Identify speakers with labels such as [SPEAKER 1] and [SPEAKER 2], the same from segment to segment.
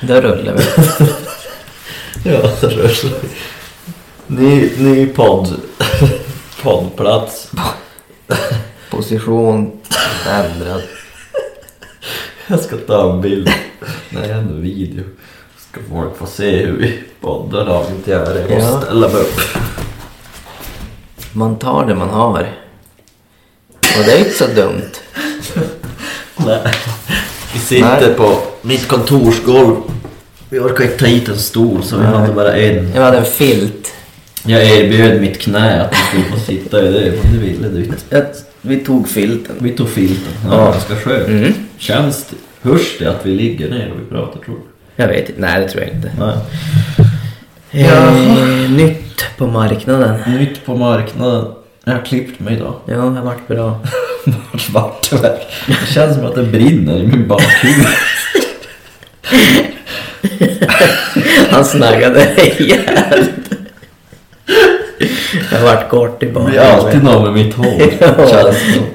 [SPEAKER 1] Där rullar vi.
[SPEAKER 2] Ja, det rör sig. Ny, ny podd. Poddplats.
[SPEAKER 3] Position ändrad.
[SPEAKER 2] Jag ska ta en bild. Nej, en video. Ska folk få se hur vi poddar av inte jag det. Jag måste
[SPEAKER 3] Ja.
[SPEAKER 2] ställa mig upp.
[SPEAKER 3] Man tar det man har. Och det är inte så dumt.
[SPEAKER 2] Nej. Vi sitter
[SPEAKER 3] Nej.
[SPEAKER 2] på mitt kontorsgolv. Vi orkar inte ta hit en stol så vi
[SPEAKER 3] Nej.
[SPEAKER 2] hade bara en.
[SPEAKER 3] Jag hade en filt.
[SPEAKER 2] Jag erbjöd mitt knä att vi skulle få sitta i det, men det ville du inte.
[SPEAKER 3] Jag, vi tog filten.
[SPEAKER 2] Vi tog filten. Ja,
[SPEAKER 3] Ja.
[SPEAKER 2] ganska skönt.
[SPEAKER 3] Mm.
[SPEAKER 2] Känns det, hörs det att vi ligger ner och vi pratar tror du?
[SPEAKER 3] Jag vet inte. Nej, det tror jag inte.
[SPEAKER 2] Nej.
[SPEAKER 3] Eh, nytt på marknaden.
[SPEAKER 2] Nytt på marknaden. Jag har klippt mig idag.
[SPEAKER 3] Ja, det har varit bra.
[SPEAKER 2] Svart tyvärr. Det känns som att det brinner i min bakhuvud.
[SPEAKER 3] Han snaggade ihjäl. Jag vart kort i
[SPEAKER 2] Det
[SPEAKER 3] baken.
[SPEAKER 2] blir alltid någon med mitt hår.
[SPEAKER 3] Ja.
[SPEAKER 2] Känns det som.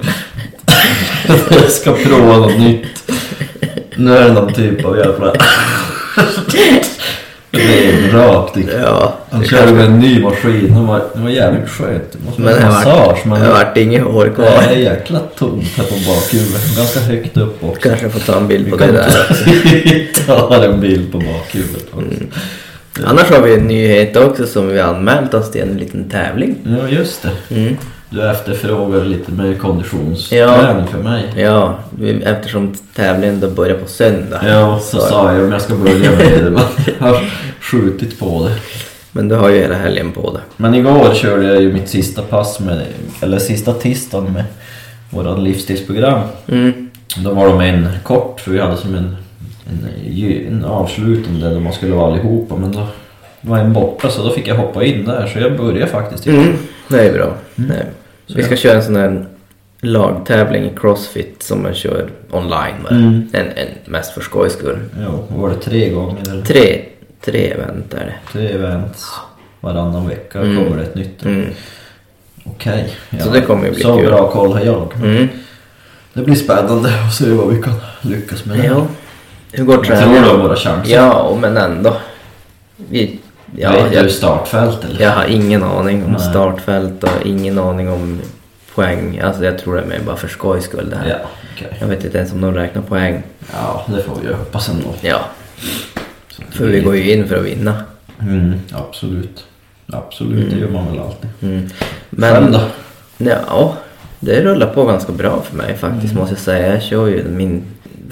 [SPEAKER 2] Jag ska prova något nytt. Nu är det någon typ av jävla... Det är rakt i.
[SPEAKER 3] Ja.
[SPEAKER 2] Han körde med en ny maskin. Det var, det var jävligt skönt. Det måste
[SPEAKER 3] Men
[SPEAKER 2] vara en
[SPEAKER 3] det
[SPEAKER 2] massage.
[SPEAKER 3] vart,
[SPEAKER 2] Men
[SPEAKER 3] det vart inget hår
[SPEAKER 2] det är
[SPEAKER 3] kvar.
[SPEAKER 2] jäkla tomt här på bakhuvudet. Ganska högt upp också.
[SPEAKER 3] Kanske får ta en bild
[SPEAKER 2] Vi
[SPEAKER 3] på
[SPEAKER 2] kan
[SPEAKER 3] det där.
[SPEAKER 2] ta tar en bild på bakhuvudet också.
[SPEAKER 3] Annars har vi en nyhet också som vi anmält oss till en liten tävling.
[SPEAKER 2] Ja, just det.
[SPEAKER 3] Mm.
[SPEAKER 2] Du efterfrågar lite mer konditionsträning
[SPEAKER 3] Ja.
[SPEAKER 2] för mig.
[SPEAKER 3] Ja, vi- eftersom tävlingen då börjar på söndag.
[SPEAKER 2] Ja, så sa jag om jag ska börja med det. men Jag har skjutit på det.
[SPEAKER 3] Men du har ju hela helgen på det.
[SPEAKER 2] Men igår körde jag ju mitt sista pass med, eller sista tisdagen med våran livsstilsprogram.
[SPEAKER 3] Mm.
[SPEAKER 2] Då var de en kort, för vi hade som en, en, gy- en avslutande där man skulle vara allihopa. Men då var en borta så då fick jag hoppa in där. Så jag började faktiskt.
[SPEAKER 3] Mm. Det är bra.
[SPEAKER 2] Mm.
[SPEAKER 3] Nej. Vi ska köra en sån här lagtävling i crossfit som man kör online. Bara.
[SPEAKER 2] Mm.
[SPEAKER 3] En, en, mest för skojs skull.
[SPEAKER 2] Ja, var det tre gånger? Eller?
[SPEAKER 3] Tre, tre event är det.
[SPEAKER 2] Tre event varannan vecka
[SPEAKER 3] Mm.
[SPEAKER 2] kommer det ett nytt.
[SPEAKER 3] Mm.
[SPEAKER 2] Okej.
[SPEAKER 3] Så det kommer ju bli
[SPEAKER 2] Så
[SPEAKER 3] kul.
[SPEAKER 2] bra koll har jag.
[SPEAKER 3] Mm.
[SPEAKER 2] Det blir spännande att se vad vi kan lyckas med.
[SPEAKER 3] Ja. Hur går
[SPEAKER 2] Jag tror
[SPEAKER 3] träningen?
[SPEAKER 2] du har våra chanser.
[SPEAKER 3] Ja, men ändå. Vi, ja,
[SPEAKER 2] Vet
[SPEAKER 3] jag,
[SPEAKER 2] du startfält eller?
[SPEAKER 3] jag har ingen aning om
[SPEAKER 2] Nej.
[SPEAKER 3] startfält och ingen aning om poäng. Alltså jag tror det är mer bara för skojs skull det här.
[SPEAKER 2] Ja, okej.
[SPEAKER 3] Jag vet inte ens om de räknar poäng.
[SPEAKER 2] Ja, det får vi ju hoppas ändå.
[SPEAKER 3] Ja,
[SPEAKER 2] Så det
[SPEAKER 3] för vi
[SPEAKER 2] blir-
[SPEAKER 3] går ju in för att vinna.
[SPEAKER 2] Mm, absolut. Absolut, det gör man väl alltid.
[SPEAKER 3] Mm.
[SPEAKER 2] Själv
[SPEAKER 3] Men
[SPEAKER 2] då?
[SPEAKER 3] ja, det rullar på ganska bra för mig faktiskt
[SPEAKER 2] Mm.
[SPEAKER 3] måste jag säga. Jag kör ju min,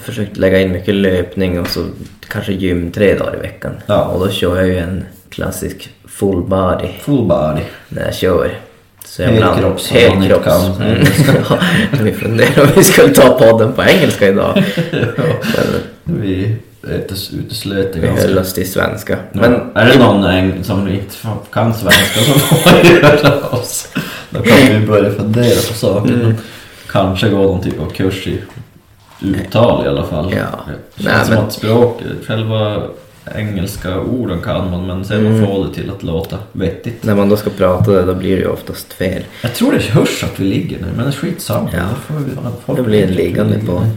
[SPEAKER 3] försökt lägga in mycket löpning och så kanske gym tre dagar i veckan.
[SPEAKER 2] Ja.
[SPEAKER 3] Och då kör jag ju en klassisk full body
[SPEAKER 2] Full body.
[SPEAKER 3] när jag kör. Så jag
[SPEAKER 2] Helkropps, om man inte
[SPEAKER 3] Helkropps.
[SPEAKER 2] kan.
[SPEAKER 3] Mm. Ja, vi funderar om vi skulle ta podden på engelska idag.
[SPEAKER 2] Vi utes- uteslöt det
[SPEAKER 3] Vi
[SPEAKER 2] ganska.
[SPEAKER 3] höll oss till svenska.
[SPEAKER 2] Men
[SPEAKER 3] Men
[SPEAKER 2] är det någon äng- som inte fan kan svenska som får göra oss? Då kan vi börja fundera på saker.
[SPEAKER 3] Mm.
[SPEAKER 2] Kanske gå någon typ av kurs i uttal i alla fall.
[SPEAKER 3] Ja.
[SPEAKER 2] Det
[SPEAKER 3] Nej,
[SPEAKER 2] känns som
[SPEAKER 3] men-
[SPEAKER 2] att språk, själva engelska orden kan man men sen
[SPEAKER 3] Mm.
[SPEAKER 2] få det till att låta vettigt.
[SPEAKER 3] när man då ska prata det, då blir det ju oftast fel.
[SPEAKER 2] Jag tror det hörs att vi ligger nu men skitsamma.
[SPEAKER 3] Ja.
[SPEAKER 2] Då får vi- folk
[SPEAKER 3] Det blir
[SPEAKER 2] vet att vi
[SPEAKER 3] liggande på.
[SPEAKER 2] ligger.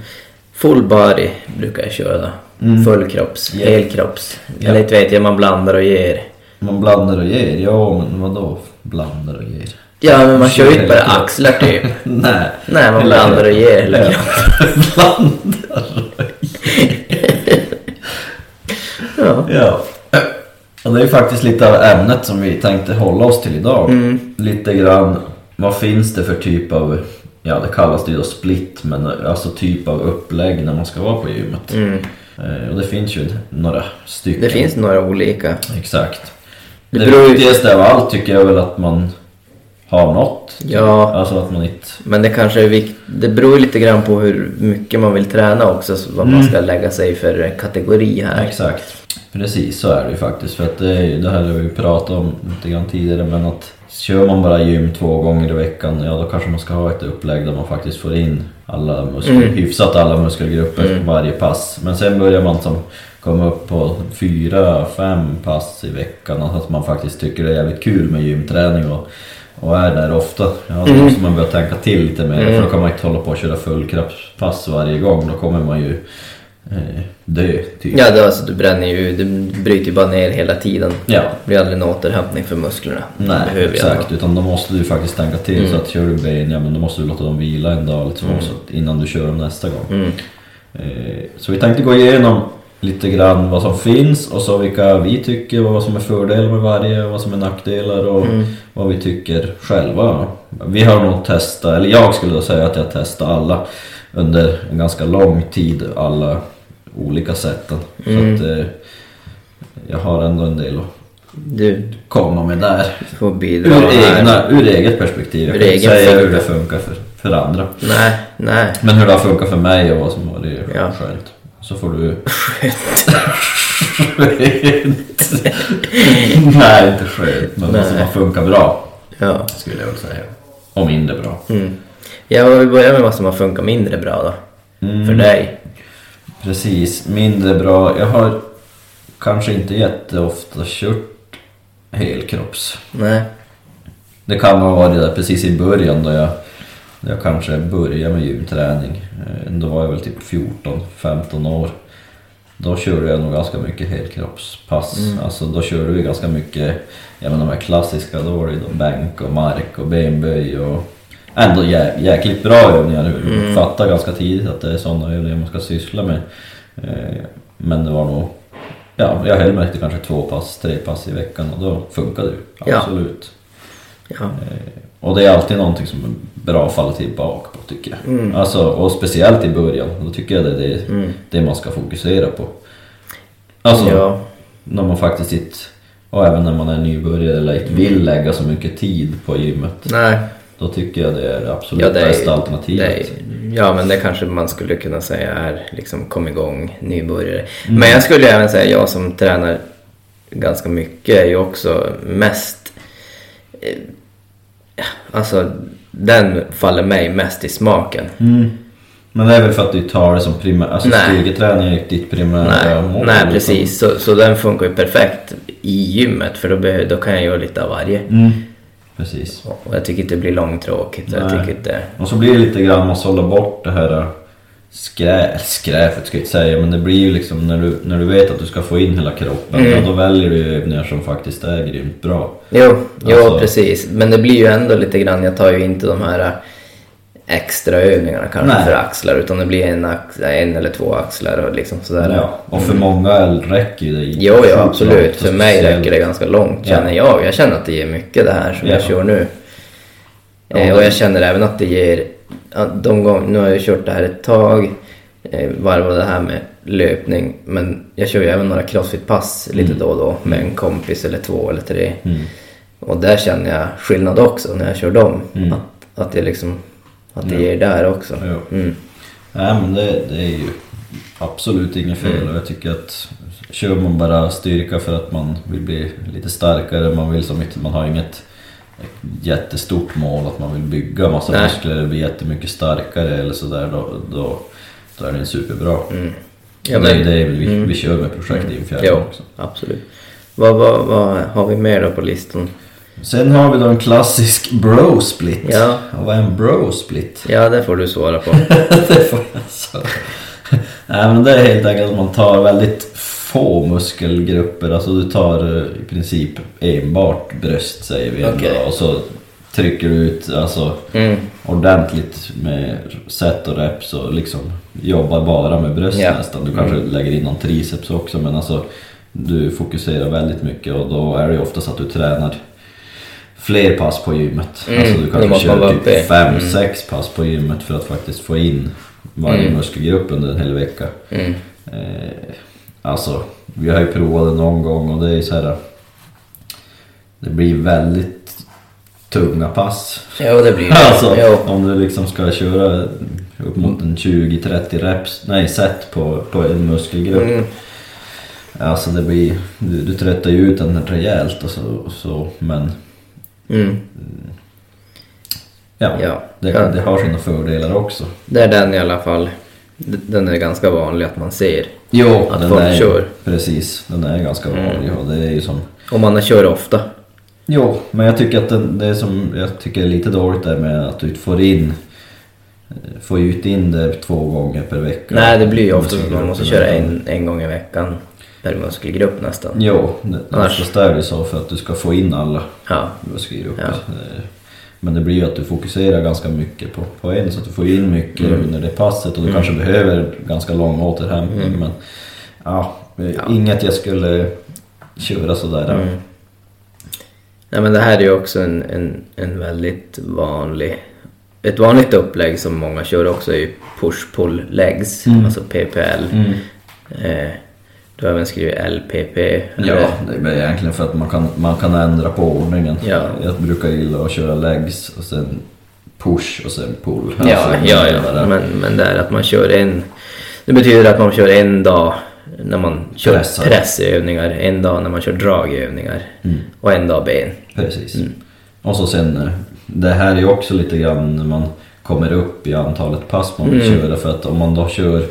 [SPEAKER 3] Full body brukar jag köra då.
[SPEAKER 2] Mm.
[SPEAKER 3] Fullkropps,
[SPEAKER 2] Ja.
[SPEAKER 3] helkropps.
[SPEAKER 2] Ja.
[SPEAKER 3] Eller inte vet jag, man blandar och ger.
[SPEAKER 2] Man blandar och ger, ja men vadå blandar och ger?
[SPEAKER 3] Ja, men man kör ju inte bara
[SPEAKER 2] Helkropp.
[SPEAKER 3] axlar typ.
[SPEAKER 2] Nej.
[SPEAKER 3] Nej, man blandar och ger hela
[SPEAKER 2] Ja.
[SPEAKER 3] kroppen.
[SPEAKER 2] blandar och
[SPEAKER 3] Ja.
[SPEAKER 2] Ja. Och det är ju faktiskt lite av ämnet som vi tänkte hålla oss till idag.
[SPEAKER 3] Mm.
[SPEAKER 2] Lite grann, vad finns det för typ av, ja det kallas det ju då split, men alltså typ av upplägg när man ska vara på gymmet.
[SPEAKER 3] Mm.
[SPEAKER 2] Eh, Och det finns ju några stycken.
[SPEAKER 3] Det finns några olika.
[SPEAKER 2] Exakt.
[SPEAKER 3] Det
[SPEAKER 2] Det,
[SPEAKER 3] beror ju-
[SPEAKER 2] viktigaste av allt tycker jag väl att man har något.
[SPEAKER 3] Ja.
[SPEAKER 2] Alltså att man inte...
[SPEAKER 3] Men det kanske är vikt... Det beror ju lite grann på hur mycket man vill träna också, så vad
[SPEAKER 2] Mm.
[SPEAKER 3] man ska lägga sig för kategori här.
[SPEAKER 2] Exakt. Precis, så är det ju faktiskt. För att det, är ju- det här har vi ju pratat om lite grann tidigare, men att kör man bara gym två gånger i veckan, ja då kanske man ska ha ett upplägg där man faktiskt får in alla muskler, hyfsat alla muskelgrupper varje pass. Men sen börjar man som komma upp på fyra, fem pass i veckan, alltså att man faktiskt tycker det är jävligt kul med gymträning och, och är där ofta. Ja, då måste man börja tänka till lite mer, för då kan man inte hålla på och köra fullkroppspass varje gång. Då kommer man ju eh, dö typ.
[SPEAKER 3] Ja, det, alltså, du bränner ju, du bryter ju bara ner hela tiden.
[SPEAKER 2] Ja.
[SPEAKER 3] Det blir aldrig någon återhämtning för musklerna.
[SPEAKER 2] Nej,
[SPEAKER 3] Det behöver ju alla.
[SPEAKER 2] exakt. Utan då måste du faktiskt tänka till så att kör du ben, ja men då måste du låta dem vila en dag eller två så att, innan du kör dem nästa gång.
[SPEAKER 3] Mm.
[SPEAKER 2] Eh, Så vi tänkte gå igenom lite grann vad som finns och så vilka vi tycker och vad som är fördelar med varje och vad som är nackdelar och vad vi tycker själva. Vi har nog testat, eller jag skulle då säga att jag testat alla under en ganska lång tid, alla olika sätten. Så att eh, jag har ändå en del att
[SPEAKER 3] Du
[SPEAKER 2] komma med där.
[SPEAKER 3] får bidra
[SPEAKER 2] Ur,
[SPEAKER 3] här.
[SPEAKER 2] egna, ur eget perspektiv. Jag
[SPEAKER 3] Ur
[SPEAKER 2] kan inte
[SPEAKER 3] egen
[SPEAKER 2] säga hur
[SPEAKER 3] synvinkel.
[SPEAKER 2] det funkar för, för andra.
[SPEAKER 3] Nej, nej.
[SPEAKER 2] Men hur det har funkat för mig och vad som var det
[SPEAKER 3] Ja.
[SPEAKER 2] skönt. Så får du...
[SPEAKER 3] Skönt.
[SPEAKER 2] skönt. Nej, inte skönt. Men vad som
[SPEAKER 3] Nej.
[SPEAKER 2] har funkat bra,
[SPEAKER 3] Ja.
[SPEAKER 2] skulle jag väl säga. Och mindre bra.
[SPEAKER 3] Mm. Ja, vad vi börjar med vad som har funkat mindre bra då. För dig.
[SPEAKER 2] Mm, Precis, mindre bra. Jag har kanske inte jätteofta kört helkropps.
[SPEAKER 3] Nej.
[SPEAKER 2] Det kan ha varit där precis i början då jag, när jag kanske började med gymträning. Eh, Då var jag väl typ 14-15 år. Då körde jag nog ganska mycket helkroppspass. Alltså då körde vi ganska mycket, ja men de här klassiska, då var det ju då bänk och mark och benböj och ändå jä- jäkligt bra övningar. Mm. Fattar ganska tidigt att det är sådana övningar man ska syssla med. Eh, Men det var nog, ja jag höll mig till kanske två pass, tre pass i veckan och då funkade det ju.
[SPEAKER 3] Ja.
[SPEAKER 2] Absolut.
[SPEAKER 3] Ja.
[SPEAKER 2] Och det är alltid någonting som är bra att falla tillbaka på tycker jag.
[SPEAKER 3] Mm.
[SPEAKER 2] Alltså, och speciellt i början, då tycker jag det är det, det man ska fokusera på. Alltså,
[SPEAKER 3] Ja.
[SPEAKER 2] när man faktiskt inte, och även när man är nybörjare eller inte
[SPEAKER 3] Mm.
[SPEAKER 2] vill lägga så mycket tid på gymmet.
[SPEAKER 3] Nej.
[SPEAKER 2] Då tycker jag det är det absolut
[SPEAKER 3] Ja, det är-
[SPEAKER 2] bästa
[SPEAKER 3] det
[SPEAKER 2] alternativet.
[SPEAKER 3] är, ja, men det kanske man skulle kunna säga är liksom kom igång nybörjare. Men jag skulle även säga jag som tränar ganska mycket är ju också mest... eh, Alltså, den faller mig mest i smaken.
[SPEAKER 2] Mm. Men det är väl för att du tar det som primärt, alltså
[SPEAKER 3] Nej.
[SPEAKER 2] styrketräning är ju ditt primära
[SPEAKER 3] Nej,
[SPEAKER 2] mål. liksom.
[SPEAKER 3] nej
[SPEAKER 2] utan-
[SPEAKER 3] precis. Så, så den funkar ju perfekt i gymmet för då, behö- då kan jag göra lite av varje.
[SPEAKER 2] Mm. Precis.
[SPEAKER 3] Och jag tycker inte det blir långtråkigt. Jag
[SPEAKER 2] Nej.
[SPEAKER 3] tycker inte...
[SPEAKER 2] Och så blir det lite grann, man sållar bort det här skrä, skräpet ska jag inte säga, men det blir ju liksom när du, när du vet att du ska få in hela kroppen,
[SPEAKER 3] Mm.
[SPEAKER 2] ja, då väljer du ju övningar som faktiskt är grymt bra.
[SPEAKER 3] Jo, jo
[SPEAKER 2] Alltså-
[SPEAKER 3] precis. Men det blir ju ändå lite grann, jag tar ju inte de här äh, extra övningarna kanske
[SPEAKER 2] Nej.
[SPEAKER 3] för axlar utan det blir en, ax- äh, en eller två axlar och liksom sådär.
[SPEAKER 2] Ja, och för många räcker ju det i-
[SPEAKER 3] Mm. Jo, ja, absolut. För mig
[SPEAKER 2] Speciellt-
[SPEAKER 3] räcker det ganska långt
[SPEAKER 2] Ja.
[SPEAKER 3] känner jag. Jag känner att det ger mycket det här som jag
[SPEAKER 2] Ja.
[SPEAKER 3] kör nu.
[SPEAKER 2] Ja,
[SPEAKER 3] eh, och
[SPEAKER 2] det-
[SPEAKER 3] jag känner även att det ger... Att de gång, nu har jag kört det här ett tag, eh, varvat det här med löpning. Men jag kör ju även några crossfit-pass
[SPEAKER 2] Mm.
[SPEAKER 3] lite då och då med en kompis eller två eller tre. Och där känner jag skillnad också när jag kör dem. Att, att det liksom... Att det ger där också.
[SPEAKER 2] Ja.
[SPEAKER 3] Mm.
[SPEAKER 2] Nej men det, det är ju absolut inget fel
[SPEAKER 3] Mm.
[SPEAKER 2] och jag tycker att kör man bara styrka för att man vill bli lite starkare, man vill som inte, man har inget jättestort mål att man vill bygga massa
[SPEAKER 3] Nej.
[SPEAKER 2] muskler och bli jättemycket starkare eller sådär då, då, då är den superbra.
[SPEAKER 3] Mm. Ja,
[SPEAKER 2] det är
[SPEAKER 3] men- Mm.
[SPEAKER 2] ju det vi, vi kör med projekt Infjärden
[SPEAKER 3] Jo,
[SPEAKER 2] också.
[SPEAKER 3] absolut. Vad, vad, vad har vi mer då på listan?
[SPEAKER 2] Sen har vi då en klassisk bro split.
[SPEAKER 3] Ja.
[SPEAKER 2] Vad är en bro split?
[SPEAKER 3] Ja, det får du svara på.
[SPEAKER 2] det får jag säga. Nej men det är helt enkelt att man tar väldigt få muskelgrupper. Alltså du tar eh, i princip enbart bröst säger vi
[SPEAKER 3] Okej.
[SPEAKER 2] ändå. Och så trycker du ut alltså,
[SPEAKER 3] Mm.
[SPEAKER 2] ordentligt med set och reps och liksom jobbar bara med bröst
[SPEAKER 3] Ja. Mm.
[SPEAKER 2] nästan. Du kanske lägger in någon triceps också men alltså du fokuserar väldigt mycket och då är det ju oftast att du tränar fler pass på gymmet.
[SPEAKER 3] Mm,
[SPEAKER 2] Alltså du
[SPEAKER 3] då
[SPEAKER 2] kanske
[SPEAKER 3] måste man
[SPEAKER 2] kör
[SPEAKER 3] vara
[SPEAKER 2] typ
[SPEAKER 3] uppe Mm. i.
[SPEAKER 2] 5-6 pass på gymmet för att faktiskt få in varje muskelgrupp under en hel vecka.
[SPEAKER 3] Mm.
[SPEAKER 2] Eh, alltså, vi har ju provat det någon gång och det är ju så här. eh, Det blir väldigt tunga pass
[SPEAKER 3] Jo, det blir det.
[SPEAKER 2] Alltså,
[SPEAKER 3] Jo.
[SPEAKER 2] om du liksom ska köra upp mot en 20-30 reps, nej set på, på en muskelgrupp.
[SPEAKER 3] Mm.
[SPEAKER 2] Alltså det blir, du, du tröttar ju ut den rejält och så, och så men
[SPEAKER 3] Mm.
[SPEAKER 2] ja,
[SPEAKER 3] Ja.
[SPEAKER 2] Det,
[SPEAKER 3] Ja.
[SPEAKER 2] det har sina fördelar också.
[SPEAKER 3] Det är den i alla fall. D- Den är ganska vanlig att man ser.
[SPEAKER 2] Jo,
[SPEAKER 3] Att
[SPEAKER 2] den
[SPEAKER 3] folk
[SPEAKER 2] är,
[SPEAKER 3] kör. Mm.
[SPEAKER 2] Precis, den är ganska vanlig och det är ju som
[SPEAKER 3] Om man kör ofta.
[SPEAKER 2] Jo, men jag tycker att den, det som jag tycker är lite dåligt där med att du inte får in eh, får ju inte in det två gånger per vecka.
[SPEAKER 3] Nej, det blir ju ofta att man
[SPEAKER 2] Muskelgrupperna,
[SPEAKER 3] måste köra
[SPEAKER 2] utan-
[SPEAKER 3] en, en gång i veckan per muskelgrupp nästan.
[SPEAKER 2] Jo, det,
[SPEAKER 3] Annars-
[SPEAKER 2] oftast är det så för att du ska få in alla
[SPEAKER 3] Ja,
[SPEAKER 2] muskelgrupper.
[SPEAKER 3] Ja.
[SPEAKER 2] Eh, Men det blir ju att du fokuserar ganska mycket på, på en så att du får in mycket
[SPEAKER 3] Mm.
[SPEAKER 2] under det passet och du kanske behöver ganska lång återhämtning.
[SPEAKER 3] Mm.
[SPEAKER 2] Men ja, eh, inget jag skulle köra sådär.
[SPEAKER 3] Mm. Nej, men det här är ju också en, en, en väldigt vanlig... Ett vanligt upplägg som många kör också är ju push-pull-legs, alltså PPL. Eh, du har även skrivit LPP.
[SPEAKER 2] Ja,
[SPEAKER 3] eller?
[SPEAKER 2] det är väl egentligen för att man kan, man kan ändra på ordningen.
[SPEAKER 3] Ja.
[SPEAKER 2] Jag brukar gilla att köra legs och sen push och sen pull.
[SPEAKER 3] Ja,
[SPEAKER 2] Alltså,
[SPEAKER 3] ja,
[SPEAKER 2] det
[SPEAKER 3] ja.
[SPEAKER 2] där
[SPEAKER 3] Men, men det är att man kör en... Det betyder att man kör en dag när man kör
[SPEAKER 2] Pressar. Mm.
[SPEAKER 3] pressövningar, en dag när man kör dragövningar och en dag ben.
[SPEAKER 2] Precis. Mm. Och så sen, eh, det här är ju också lite grann när man kommer upp i antalet pass man vill
[SPEAKER 3] Mm.
[SPEAKER 2] köra. För att om man då kör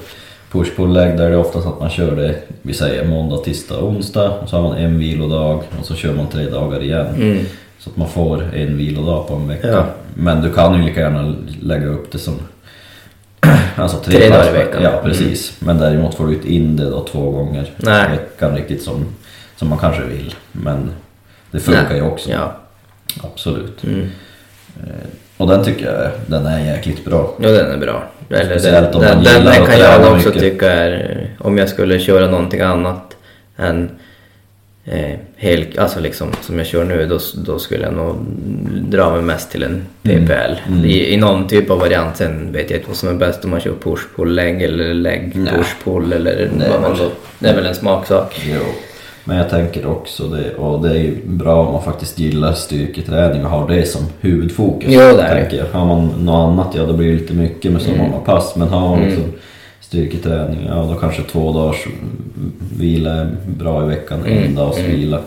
[SPEAKER 2] push pull leg där är det oftast att man kör det, vi säger måndag, tisdag, onsdag. Och så har man en vilodag och så kör man tre dagar igen. Så att man får en vilodag på en vecka.
[SPEAKER 3] Mm. Ja.
[SPEAKER 2] Men du kan ju lika gärna lägga upp det som Alltså tre,
[SPEAKER 3] Tre
[SPEAKER 2] pass
[SPEAKER 3] dagar i
[SPEAKER 2] per-
[SPEAKER 3] veckan. Mm.
[SPEAKER 2] Ja, precis. Men däremot får du inte in det då två gånger
[SPEAKER 3] Nej.
[SPEAKER 2] i veckan riktigt som, som man kanske vill. Men det funkar
[SPEAKER 3] Nej.
[SPEAKER 2] ju också.
[SPEAKER 3] Ja. Mm.
[SPEAKER 2] Absolut. Eh, Och den tycker jag den är jäkligt bra.
[SPEAKER 3] Ja, den är bra. Eller
[SPEAKER 2] Speciellt om
[SPEAKER 3] den,
[SPEAKER 2] man
[SPEAKER 3] den, den,
[SPEAKER 2] gillar
[SPEAKER 3] den
[SPEAKER 2] att
[SPEAKER 3] kan jag
[SPEAKER 2] träna
[SPEAKER 3] också
[SPEAKER 2] mycket.
[SPEAKER 3] tycka är... Om jag skulle köra någonting annat än eh, hel, alltså liksom, som jag kör nu, då, då skulle jag nog dra mig mest till
[SPEAKER 2] Mm.
[SPEAKER 3] en PPL. I, I någon typ av variant. Sen vet jag inte vad som är bäst om man kör push-pull-lägg eller
[SPEAKER 2] Nej.
[SPEAKER 3] lägg-push-pull eller
[SPEAKER 2] Nej, alltså-
[SPEAKER 3] vad man
[SPEAKER 2] men-
[SPEAKER 3] då... Det är väl en smaksak.
[SPEAKER 2] Jo. Men jag tänker också det, och det är ju bra om man faktiskt gillar styrketräning och har det som huvudfokus.
[SPEAKER 3] Jo, det är det. Mm.
[SPEAKER 2] tänker jag. Har man något annat, ja då blir det lite mycket med så många pass. Men har man liksom styrketräning, ja då kanske två dagars vila är bra i veckan,
[SPEAKER 3] Mm,
[SPEAKER 2] en dags vila.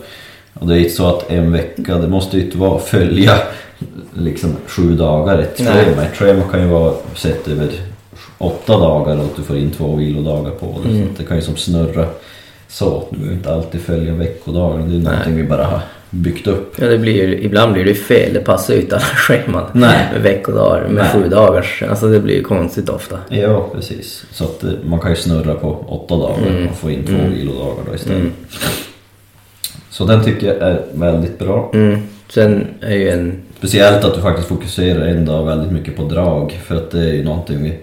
[SPEAKER 2] Och det är inte så att en vecka, det måste ju inte vara följa liksom sju dagar ett
[SPEAKER 3] Nej.
[SPEAKER 2] schema. Ett schema kan ju vara sett över åtta dagar och att du får in två vilodagar på det.
[SPEAKER 3] Mm.
[SPEAKER 2] Så att det kan ju som snurra så. Du behöver inte alltid följa veckodagarna. Det är någonting vi bara har byggt upp.
[SPEAKER 3] Ja, det blir, ju- ibland blir det ju fel. Det passar ju inte alla scheman.
[SPEAKER 2] Nej.
[SPEAKER 3] Med veckodagar, med
[SPEAKER 2] Nej.
[SPEAKER 3] sju dagars. Alltså det blir ju konstigt ofta.
[SPEAKER 2] Ja, precis. Så att eh, man kan ju snurra på åtta dagar
[SPEAKER 3] Mm.
[SPEAKER 2] och få in två vilodagar då istället. Så den tycker jag är väldigt bra.
[SPEAKER 3] Mm. Sen är ju en
[SPEAKER 2] Speciellt att du faktiskt fokuserar en dag väldigt mycket på drag för att det är ju någonting vi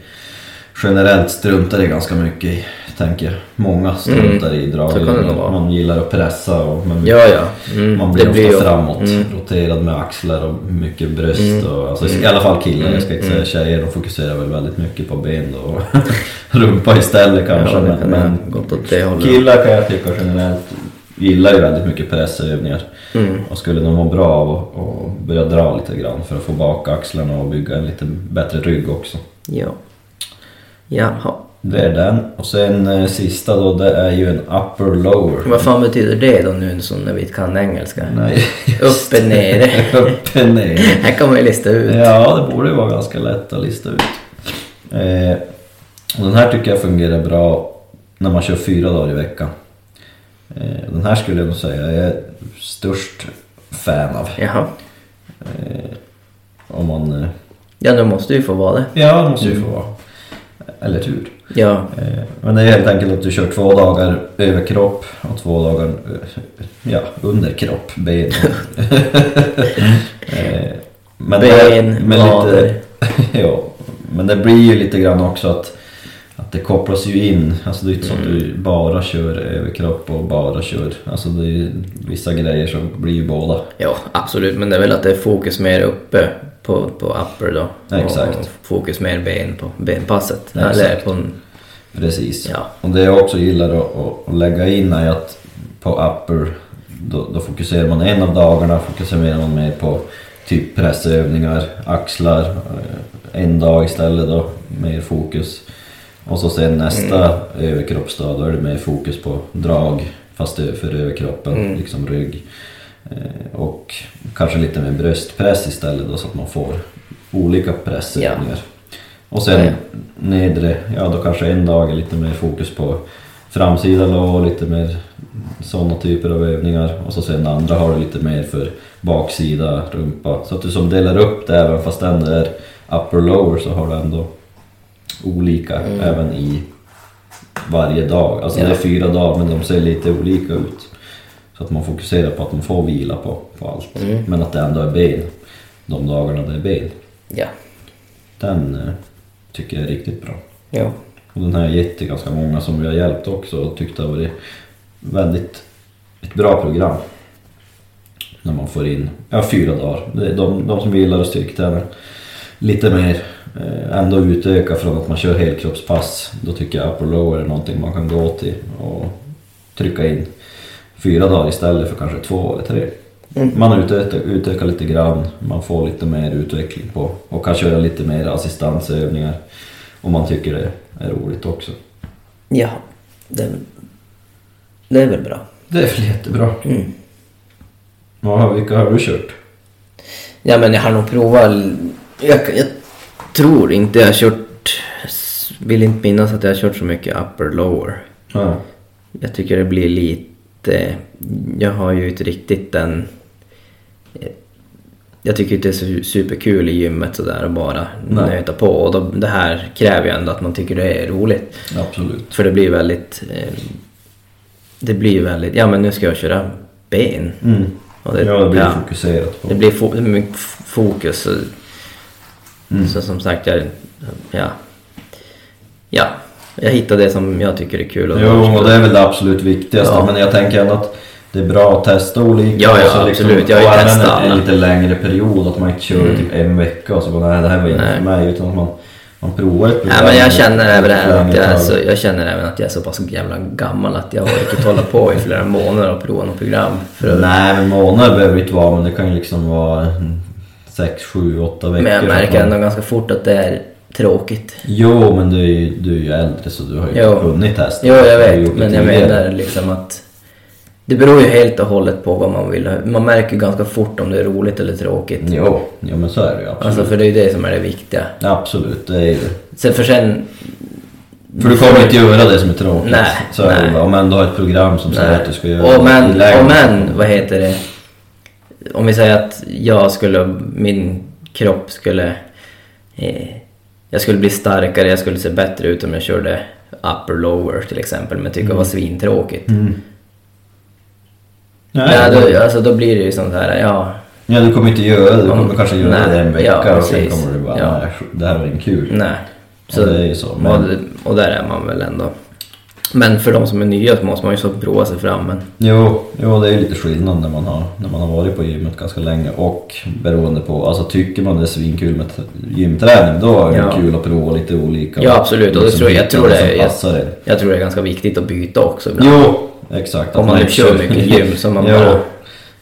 [SPEAKER 2] generellt struntar i ganska mycket i, tänker jag. Många struntar i drag.
[SPEAKER 3] Mm. så kan det nog vara.
[SPEAKER 2] Man gillar att pressa och man,
[SPEAKER 3] Ja, ja. Mm,
[SPEAKER 2] man blir
[SPEAKER 3] det
[SPEAKER 2] ofta
[SPEAKER 3] blir ju- Mm.
[SPEAKER 2] framåt. Roterad med axlar och mycket bröst. Och, alltså, I alla fall killar, jag ska inte
[SPEAKER 3] Mm.
[SPEAKER 2] säga tjejer, de fokuserar väl väldigt mycket på ben då och rumpa istället kanske.
[SPEAKER 3] Ja, det
[SPEAKER 2] men,
[SPEAKER 3] kan
[SPEAKER 2] men
[SPEAKER 3] ha gått åt det hållet.
[SPEAKER 2] killar kan jag tycka generellt gillar ju väldigt mycket pressövningar
[SPEAKER 3] Mm.
[SPEAKER 2] och skulle de må bra av att- att börja dra lite grann för att få bak axlarna och bygga en lite bättre rygg också.
[SPEAKER 3] Ja. Jaha.
[SPEAKER 2] Det är den. Och sen eh, sista då, det är ju en upper lower.
[SPEAKER 3] Vad fan betyder det då nu som när vi inte kan engelska?
[SPEAKER 2] Nej.
[SPEAKER 3] Uppe, nere.
[SPEAKER 2] Uppe, nere.
[SPEAKER 3] Här kan man ju lista ut.
[SPEAKER 2] Ja, det borde ju vara ganska lätt att lista ut. Eh, och den här tycker jag fungerar bra när man kör fyra dagar i veckan. Eh, den här skulle jag nog säga jag är störst fan av.
[SPEAKER 3] Jaha.
[SPEAKER 2] Eh, om man... Eh,
[SPEAKER 3] Ja, nu måste ju få vara det.
[SPEAKER 2] ja, det måste ju få vara. Eller tur.
[SPEAKER 3] Ja.
[SPEAKER 2] Eh, men det är helt enkelt att du kör två dagar överkropp och två dagar eh, ja, underkropp, ben. eh, men
[SPEAKER 3] Ben,
[SPEAKER 2] men
[SPEAKER 3] vader.
[SPEAKER 2] lite, ja, Men det blir ju lite grann också att, att det kopplas ju in. Alltså det är inte så att
[SPEAKER 3] Mm.
[SPEAKER 2] du bara kör överkropp och bara kör. Alltså det är ju vissa grejer som blir ju båda.
[SPEAKER 3] Ja, absolut. Men det är väl att det är fokus mer uppe på, på upper då.
[SPEAKER 2] Ja, exakt.
[SPEAKER 3] Och fokus mer ben på benpasset.
[SPEAKER 2] Ja,
[SPEAKER 3] Eller
[SPEAKER 2] exakt.
[SPEAKER 3] på en...
[SPEAKER 2] Precis.
[SPEAKER 3] Ja.
[SPEAKER 2] Och det jag också gillar att, att- att lägga in är att på upper, då, då fokuserar man en av dagarna fokuserar man mer på typ pressövningar, axlar, eh, en dag istället då, mer fokus. Och så sen nästa överkroppsdag, då är det mer fokus på drag, fast det är för överkroppen, liksom rygg. Eh, Och kanske lite mer bröstpress istället då, så att man får olika pressövningar. Och sen
[SPEAKER 3] Ja.
[SPEAKER 2] nedre, ja då kanske en dag är lite mer fokus på framsida lår, lite mer sådana typer av övningar. Och så sen andra har du lite mer för baksida, rumpa. Så att du som delar upp det även fast den är upper lower så har du ändå olika även i varje dag. Alltså det
[SPEAKER 3] Mm. Ja.
[SPEAKER 2] är fyra dagar men de ser lite olika ut. Så att man fokuserar på att man får vila på, på allt.
[SPEAKER 3] Mm.
[SPEAKER 2] Men att det ändå är ben de dagarna det är ben.
[SPEAKER 3] Ja.
[SPEAKER 2] Den eh, tycker jag är riktigt bra.
[SPEAKER 3] Ja.
[SPEAKER 2] Och den har jag gett till ganska många som vi har hjälpt också och tyckt det har varit väldigt ett bra program. När man får in, ja fyra dagar. Det är De, de som gillar att styrketräna lite mer, eh, ändå utöka från att man kör helkroppspass. Då tycker jag upper lower är någonting man kan gå till och trycka in fyra dagar istället för kanske två eller tre. Man utökar, utökar lite grann, man får lite mer utveckling på och kan köra lite mer assistansövningar om man tycker det är roligt också.
[SPEAKER 3] Ja. Det, det är väl bra.
[SPEAKER 2] Det är väl jättebra.
[SPEAKER 3] Mm.
[SPEAKER 2] Vad har, vilka har du kört?
[SPEAKER 3] Ja, men jag har nog provat. Jag, jag tror inte jag har kört... Vill inte minnas att jag har kört så mycket upper lower.
[SPEAKER 2] Ja.
[SPEAKER 3] Jag tycker det blir lite... Jag har ju inte riktigt den... Jag tycker inte det är så superkul i gymmet sådär och bara
[SPEAKER 2] Nej.
[SPEAKER 3] nöta på. Och då, det här kräver ju ändå att man tycker det är roligt.
[SPEAKER 2] Absolut.
[SPEAKER 3] För det blir väldigt... Eh, det blir väldigt... Ja, men nu ska jag köra ben.
[SPEAKER 2] Mm.
[SPEAKER 3] Och det-
[SPEAKER 2] ja, det blir
[SPEAKER 3] ja.
[SPEAKER 2] fokuserat på.
[SPEAKER 3] Det blir fo- mycket f- fokus. och- Så som sagt, jag, ja. ja. Jag hittar det som jag tycker är kul. och-
[SPEAKER 2] Jo, och det är väl det absolut viktigaste.
[SPEAKER 3] Ja.
[SPEAKER 2] Men jag tänker ändå att det är bra att testa olika.
[SPEAKER 3] Ja, ja,
[SPEAKER 2] och så liksom
[SPEAKER 3] absolut. Jag har ju
[SPEAKER 2] och även
[SPEAKER 3] testat
[SPEAKER 2] en, en
[SPEAKER 3] alla. Mm.
[SPEAKER 2] lite längre period. Att man inte kör typ en vecka och så bara, nej det här var inte
[SPEAKER 3] Nej.
[SPEAKER 2] för mig. Utan att man, man provar ett
[SPEAKER 3] Nej, men jag
[SPEAKER 2] ett
[SPEAKER 3] känner, även att jag,
[SPEAKER 2] längre
[SPEAKER 3] är
[SPEAKER 2] tag.
[SPEAKER 3] så, jag känner även att jag är så pass jävla gammal att jag har inte hålla på i flera månader och prova något program. För att,
[SPEAKER 2] Nej, men månader behöver det inte vara. Men det kan ju liksom vara mm, sex, sju, åtta veckor.
[SPEAKER 3] men jag
[SPEAKER 2] att
[SPEAKER 3] märker
[SPEAKER 2] man-
[SPEAKER 3] ändå ganska fort att det är tråkigt.
[SPEAKER 2] Jo, men du är ju, du är ju äldre så du har ju
[SPEAKER 3] Jo.
[SPEAKER 2] inte hunnit testa.
[SPEAKER 3] Jo, jag
[SPEAKER 2] Du har ju
[SPEAKER 3] vet,
[SPEAKER 2] gjort det
[SPEAKER 3] men jag
[SPEAKER 2] tidigare.
[SPEAKER 3] menar liksom att det beror ju helt och hållet på vad man vill. ha. Man märker ganska fort om det är roligt eller tråkigt.
[SPEAKER 2] Jo, jo men så är det ju absolut.
[SPEAKER 3] Alltså, för det är ju det som är det viktiga.
[SPEAKER 2] Absolut, det är ju det.
[SPEAKER 3] Sen för sen...
[SPEAKER 2] För du kommer inte göra det som är tråkigt.
[SPEAKER 3] Nej,
[SPEAKER 2] så är det
[SPEAKER 3] nej.
[SPEAKER 2] bara. Om ändå har ett program som säger
[SPEAKER 3] eh,
[SPEAKER 2] att du ska göra
[SPEAKER 3] och
[SPEAKER 2] det
[SPEAKER 3] men,
[SPEAKER 2] i lägre-
[SPEAKER 3] och men, vad heter det? Om vi säger att jag skulle, min kropp skulle... Eh, jag skulle bli starkare, jag skulle se bättre ut om jag körde upper lower till exempel, men tycker det
[SPEAKER 2] Mm.
[SPEAKER 3] var svintråkigt.
[SPEAKER 2] Nej,
[SPEAKER 3] Ja, då, alltså, då blir det ju sånt här, ja,
[SPEAKER 2] ja, du kommer inte göra det. Du kommer
[SPEAKER 3] Mm,
[SPEAKER 2] kanske göra
[SPEAKER 3] nej,
[SPEAKER 2] det en vecka
[SPEAKER 3] ja,
[SPEAKER 2] och sen
[SPEAKER 3] precis.
[SPEAKER 2] kommer du bara,
[SPEAKER 3] Ja.
[SPEAKER 2] nej, det här var inte kul.
[SPEAKER 3] nej.
[SPEAKER 2] Ja, det är ju så, men-
[SPEAKER 3] och, och där är man väl ändå. Men för de som är nya så måste man ju så prova sig fram. Men,
[SPEAKER 2] Jo, jo, det är ju lite skillnad när man, har, när man har varit på gymmet ganska länge och beroende på, alltså tycker man det är svinkul med t- gymträning då är det
[SPEAKER 3] Ja.
[SPEAKER 2] kul att prova lite olika.
[SPEAKER 3] ja, absolut. Och det
[SPEAKER 2] Liksom
[SPEAKER 3] tror, jag,
[SPEAKER 2] hitta
[SPEAKER 3] tror
[SPEAKER 2] vad
[SPEAKER 3] det,
[SPEAKER 2] som
[SPEAKER 3] jag,
[SPEAKER 2] passar en.
[SPEAKER 3] jag tror det är ganska viktigt att byta också. ibland.
[SPEAKER 2] Jo, exakt.
[SPEAKER 3] Om
[SPEAKER 2] Att
[SPEAKER 3] man nu
[SPEAKER 2] inte
[SPEAKER 3] kör mycket gym så man
[SPEAKER 2] Ja,
[SPEAKER 3] bara-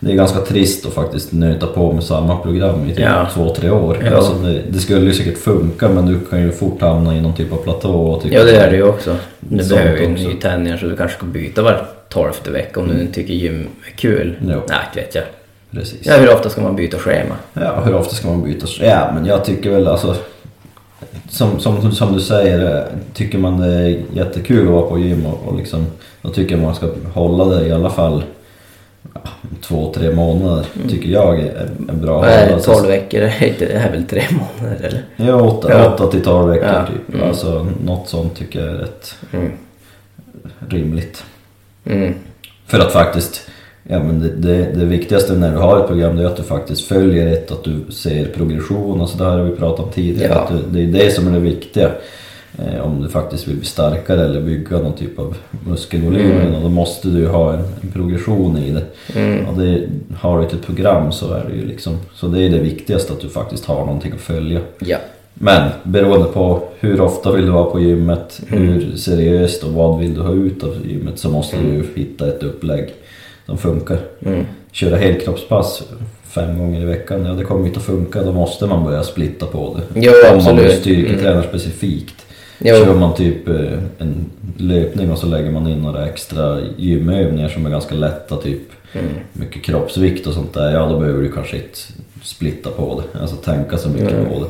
[SPEAKER 2] Det är ganska trist att faktiskt nöta på med samma program i typ
[SPEAKER 3] Ja.
[SPEAKER 2] två, tre år.
[SPEAKER 3] Ja.
[SPEAKER 2] Alltså det, det skulle ju säkert funka men du kan ju fort hamna i någon typ av platå och tycka
[SPEAKER 3] Ja, det är det ju också. Du
[SPEAKER 2] Sånt
[SPEAKER 3] behöver ju en
[SPEAKER 2] också.
[SPEAKER 3] ny tändning så du kanske ska byta var tolfte vecka om du inte tycker gym är kul.
[SPEAKER 2] Ja.
[SPEAKER 3] Nej, inte vet jag.
[SPEAKER 2] Precis.
[SPEAKER 3] Ja, hur ofta ska man byta schema?
[SPEAKER 2] Ja, hur ofta ska man byta? Ja, men jag tycker väl alltså... Som, som, som du säger, eh, tycker man det är jättekul att vara på gym och, och liksom, då tycker jag man ska hålla det i alla fall ja, två, tre månader. Tycker jag är en bra
[SPEAKER 3] Vad är
[SPEAKER 2] hållare.
[SPEAKER 3] det,
[SPEAKER 2] Så-
[SPEAKER 3] Mm. tolv veckor? Det är inte- det är väl tre månader eller?
[SPEAKER 2] Ja, åtta,
[SPEAKER 3] Ja.
[SPEAKER 2] åtta till tolv veckor
[SPEAKER 3] Ja,
[SPEAKER 2] typ.
[SPEAKER 3] mm.
[SPEAKER 2] Alltså något sånt tycker jag är rätt
[SPEAKER 3] Mm.
[SPEAKER 2] rimligt.
[SPEAKER 3] Mm.
[SPEAKER 2] För att faktiskt, ja men det, det, det viktigaste när du har ett program det är att du faktiskt följer ett, att du ser progression, alltså det här har vi pratat om tidigare.
[SPEAKER 3] Ja.
[SPEAKER 2] Att du, det är det som är det viktiga. Eh, om du faktiskt vill bli starkare eller bygga någon typ av muskelvolym
[SPEAKER 3] Mm.
[SPEAKER 2] eller något, då måste du ju ha en, en progression i det.
[SPEAKER 3] Mm.
[SPEAKER 2] Och det. Har du inte ett program så är det ju liksom, så det är det viktigaste att du faktiskt har någonting att följa.
[SPEAKER 3] Ja.
[SPEAKER 2] Men beroende på hur ofta vill du vara på gymmet,
[SPEAKER 3] Mm.
[SPEAKER 2] hur seriöst och vad vill du ha ut av gymmet så måste du ju hitta ett upplägg som funkar.
[SPEAKER 3] Mm.
[SPEAKER 2] Köra helkroppspass fem gånger i veckan, ja det kommer inte att funka. Då måste man börja splitta på det.
[SPEAKER 3] Jo,
[SPEAKER 2] Om man nu
[SPEAKER 3] absolut. Mm.
[SPEAKER 2] styrketränar specifikt.
[SPEAKER 3] Jo.
[SPEAKER 2] Kör man typ eh, en löpning och så lägger man in några extra gymövningar som är ganska lätta, typ
[SPEAKER 3] Mm.
[SPEAKER 2] mycket kroppsvikt och sånt där, ja då behöver du kanske inte splitta på det, alltså tänka så mycket på det.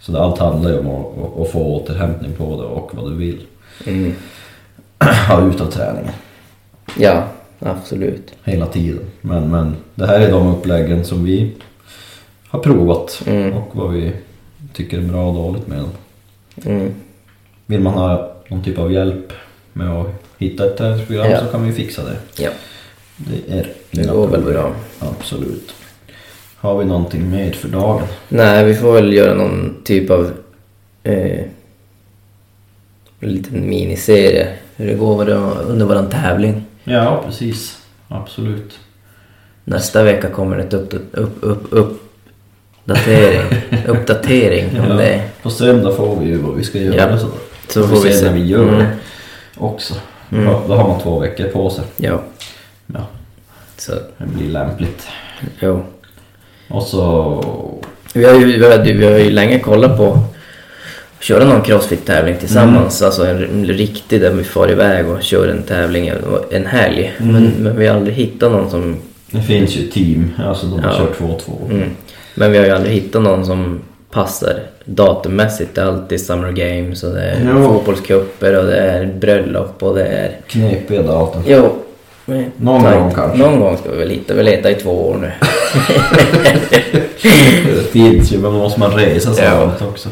[SPEAKER 2] Så det, allt handlar ju om att, att- att få återhämtning på det och vad du vill
[SPEAKER 3] Mm.
[SPEAKER 2] ha ut av träningen
[SPEAKER 3] Ja, absolut.
[SPEAKER 2] hela tiden. Men, men det här är de uppläggen som vi
[SPEAKER 3] Mm.
[SPEAKER 2] har provat och vad vi tycker är bra och dåligt med dem.
[SPEAKER 3] Mm.
[SPEAKER 2] Vill man ha någon typ av hjälp med att hitta ett träningsprogram
[SPEAKER 3] Ja.
[SPEAKER 2] så kan vi fixa det.
[SPEAKER 3] Ja,
[SPEAKER 2] Det är
[SPEAKER 3] det
[SPEAKER 2] inga
[SPEAKER 3] går väl
[SPEAKER 2] problem.
[SPEAKER 3] bra.
[SPEAKER 2] Absolut. Har vi någonting mer för dagen?
[SPEAKER 3] Nej, vi får väl göra någon typ av eh, liten miniserie. Hur det går vår- under vår tävling.
[SPEAKER 2] Ja, precis. Absolut.
[SPEAKER 3] Nästa vecka kommer det ett upp, upp, upp, upp, datering, uppdatering om det.
[SPEAKER 2] På söndag får vi ju vad vi ska göra.
[SPEAKER 3] Ja.
[SPEAKER 2] Så,
[SPEAKER 3] Så
[SPEAKER 2] får vi se när vi gör
[SPEAKER 3] Mm.
[SPEAKER 2] det också. Ja, då har man två veckor på sig.
[SPEAKER 3] Ja,
[SPEAKER 2] Ja,
[SPEAKER 3] så
[SPEAKER 2] det blir lämpligt.
[SPEAKER 3] jo.
[SPEAKER 2] Och så...
[SPEAKER 3] Vi har, ju, vi, har, ju- vi har ju länge kollat på att köra någon crossfit-tävling tillsammans. Alltså en, en riktig där vi far iväg och kör en tävling en helg. Men, men vi har aldrig hittat någon som...
[SPEAKER 2] Det finns ju team, alltså de
[SPEAKER 3] Ja.
[SPEAKER 2] kör två och två.
[SPEAKER 3] Mm, men vi har ju aldrig hittat någon som passar datummässigt. Det är alltid Summer Games och det är
[SPEAKER 2] Jo.
[SPEAKER 3] fotbollscuper och det är bröllop och det är...
[SPEAKER 2] Knepiga datum.
[SPEAKER 3] Jo. men-
[SPEAKER 2] Någon
[SPEAKER 3] tajt.
[SPEAKER 2] gång kanske.
[SPEAKER 3] Någon gång ska vi väl hitta. Vi letar i två år nu.
[SPEAKER 2] Det finns ju, men då måste man resa så
[SPEAKER 3] Ja.
[SPEAKER 2] långt också.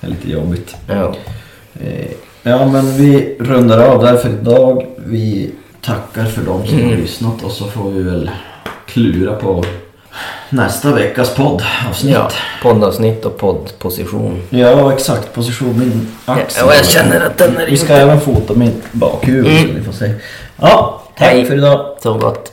[SPEAKER 2] Det är lite jobbigt.
[SPEAKER 3] ja.
[SPEAKER 2] Eh, Ja, men vi rundar av där för idag. Vi tackar för de som
[SPEAKER 3] Mm.
[SPEAKER 2] har lyssnat och så får vi väl klura på nästa veckas poddavsnitt.
[SPEAKER 3] ja. Poddavsnitt och poddposition.
[SPEAKER 2] Ja, exakt. Position min axel.
[SPEAKER 3] Ja, och jag känner att den är
[SPEAKER 2] Vi ska även fota min bakhuvud, så ni får se. Ja, tack
[SPEAKER 3] Hej.
[SPEAKER 2] för idag.
[SPEAKER 3] Så gott.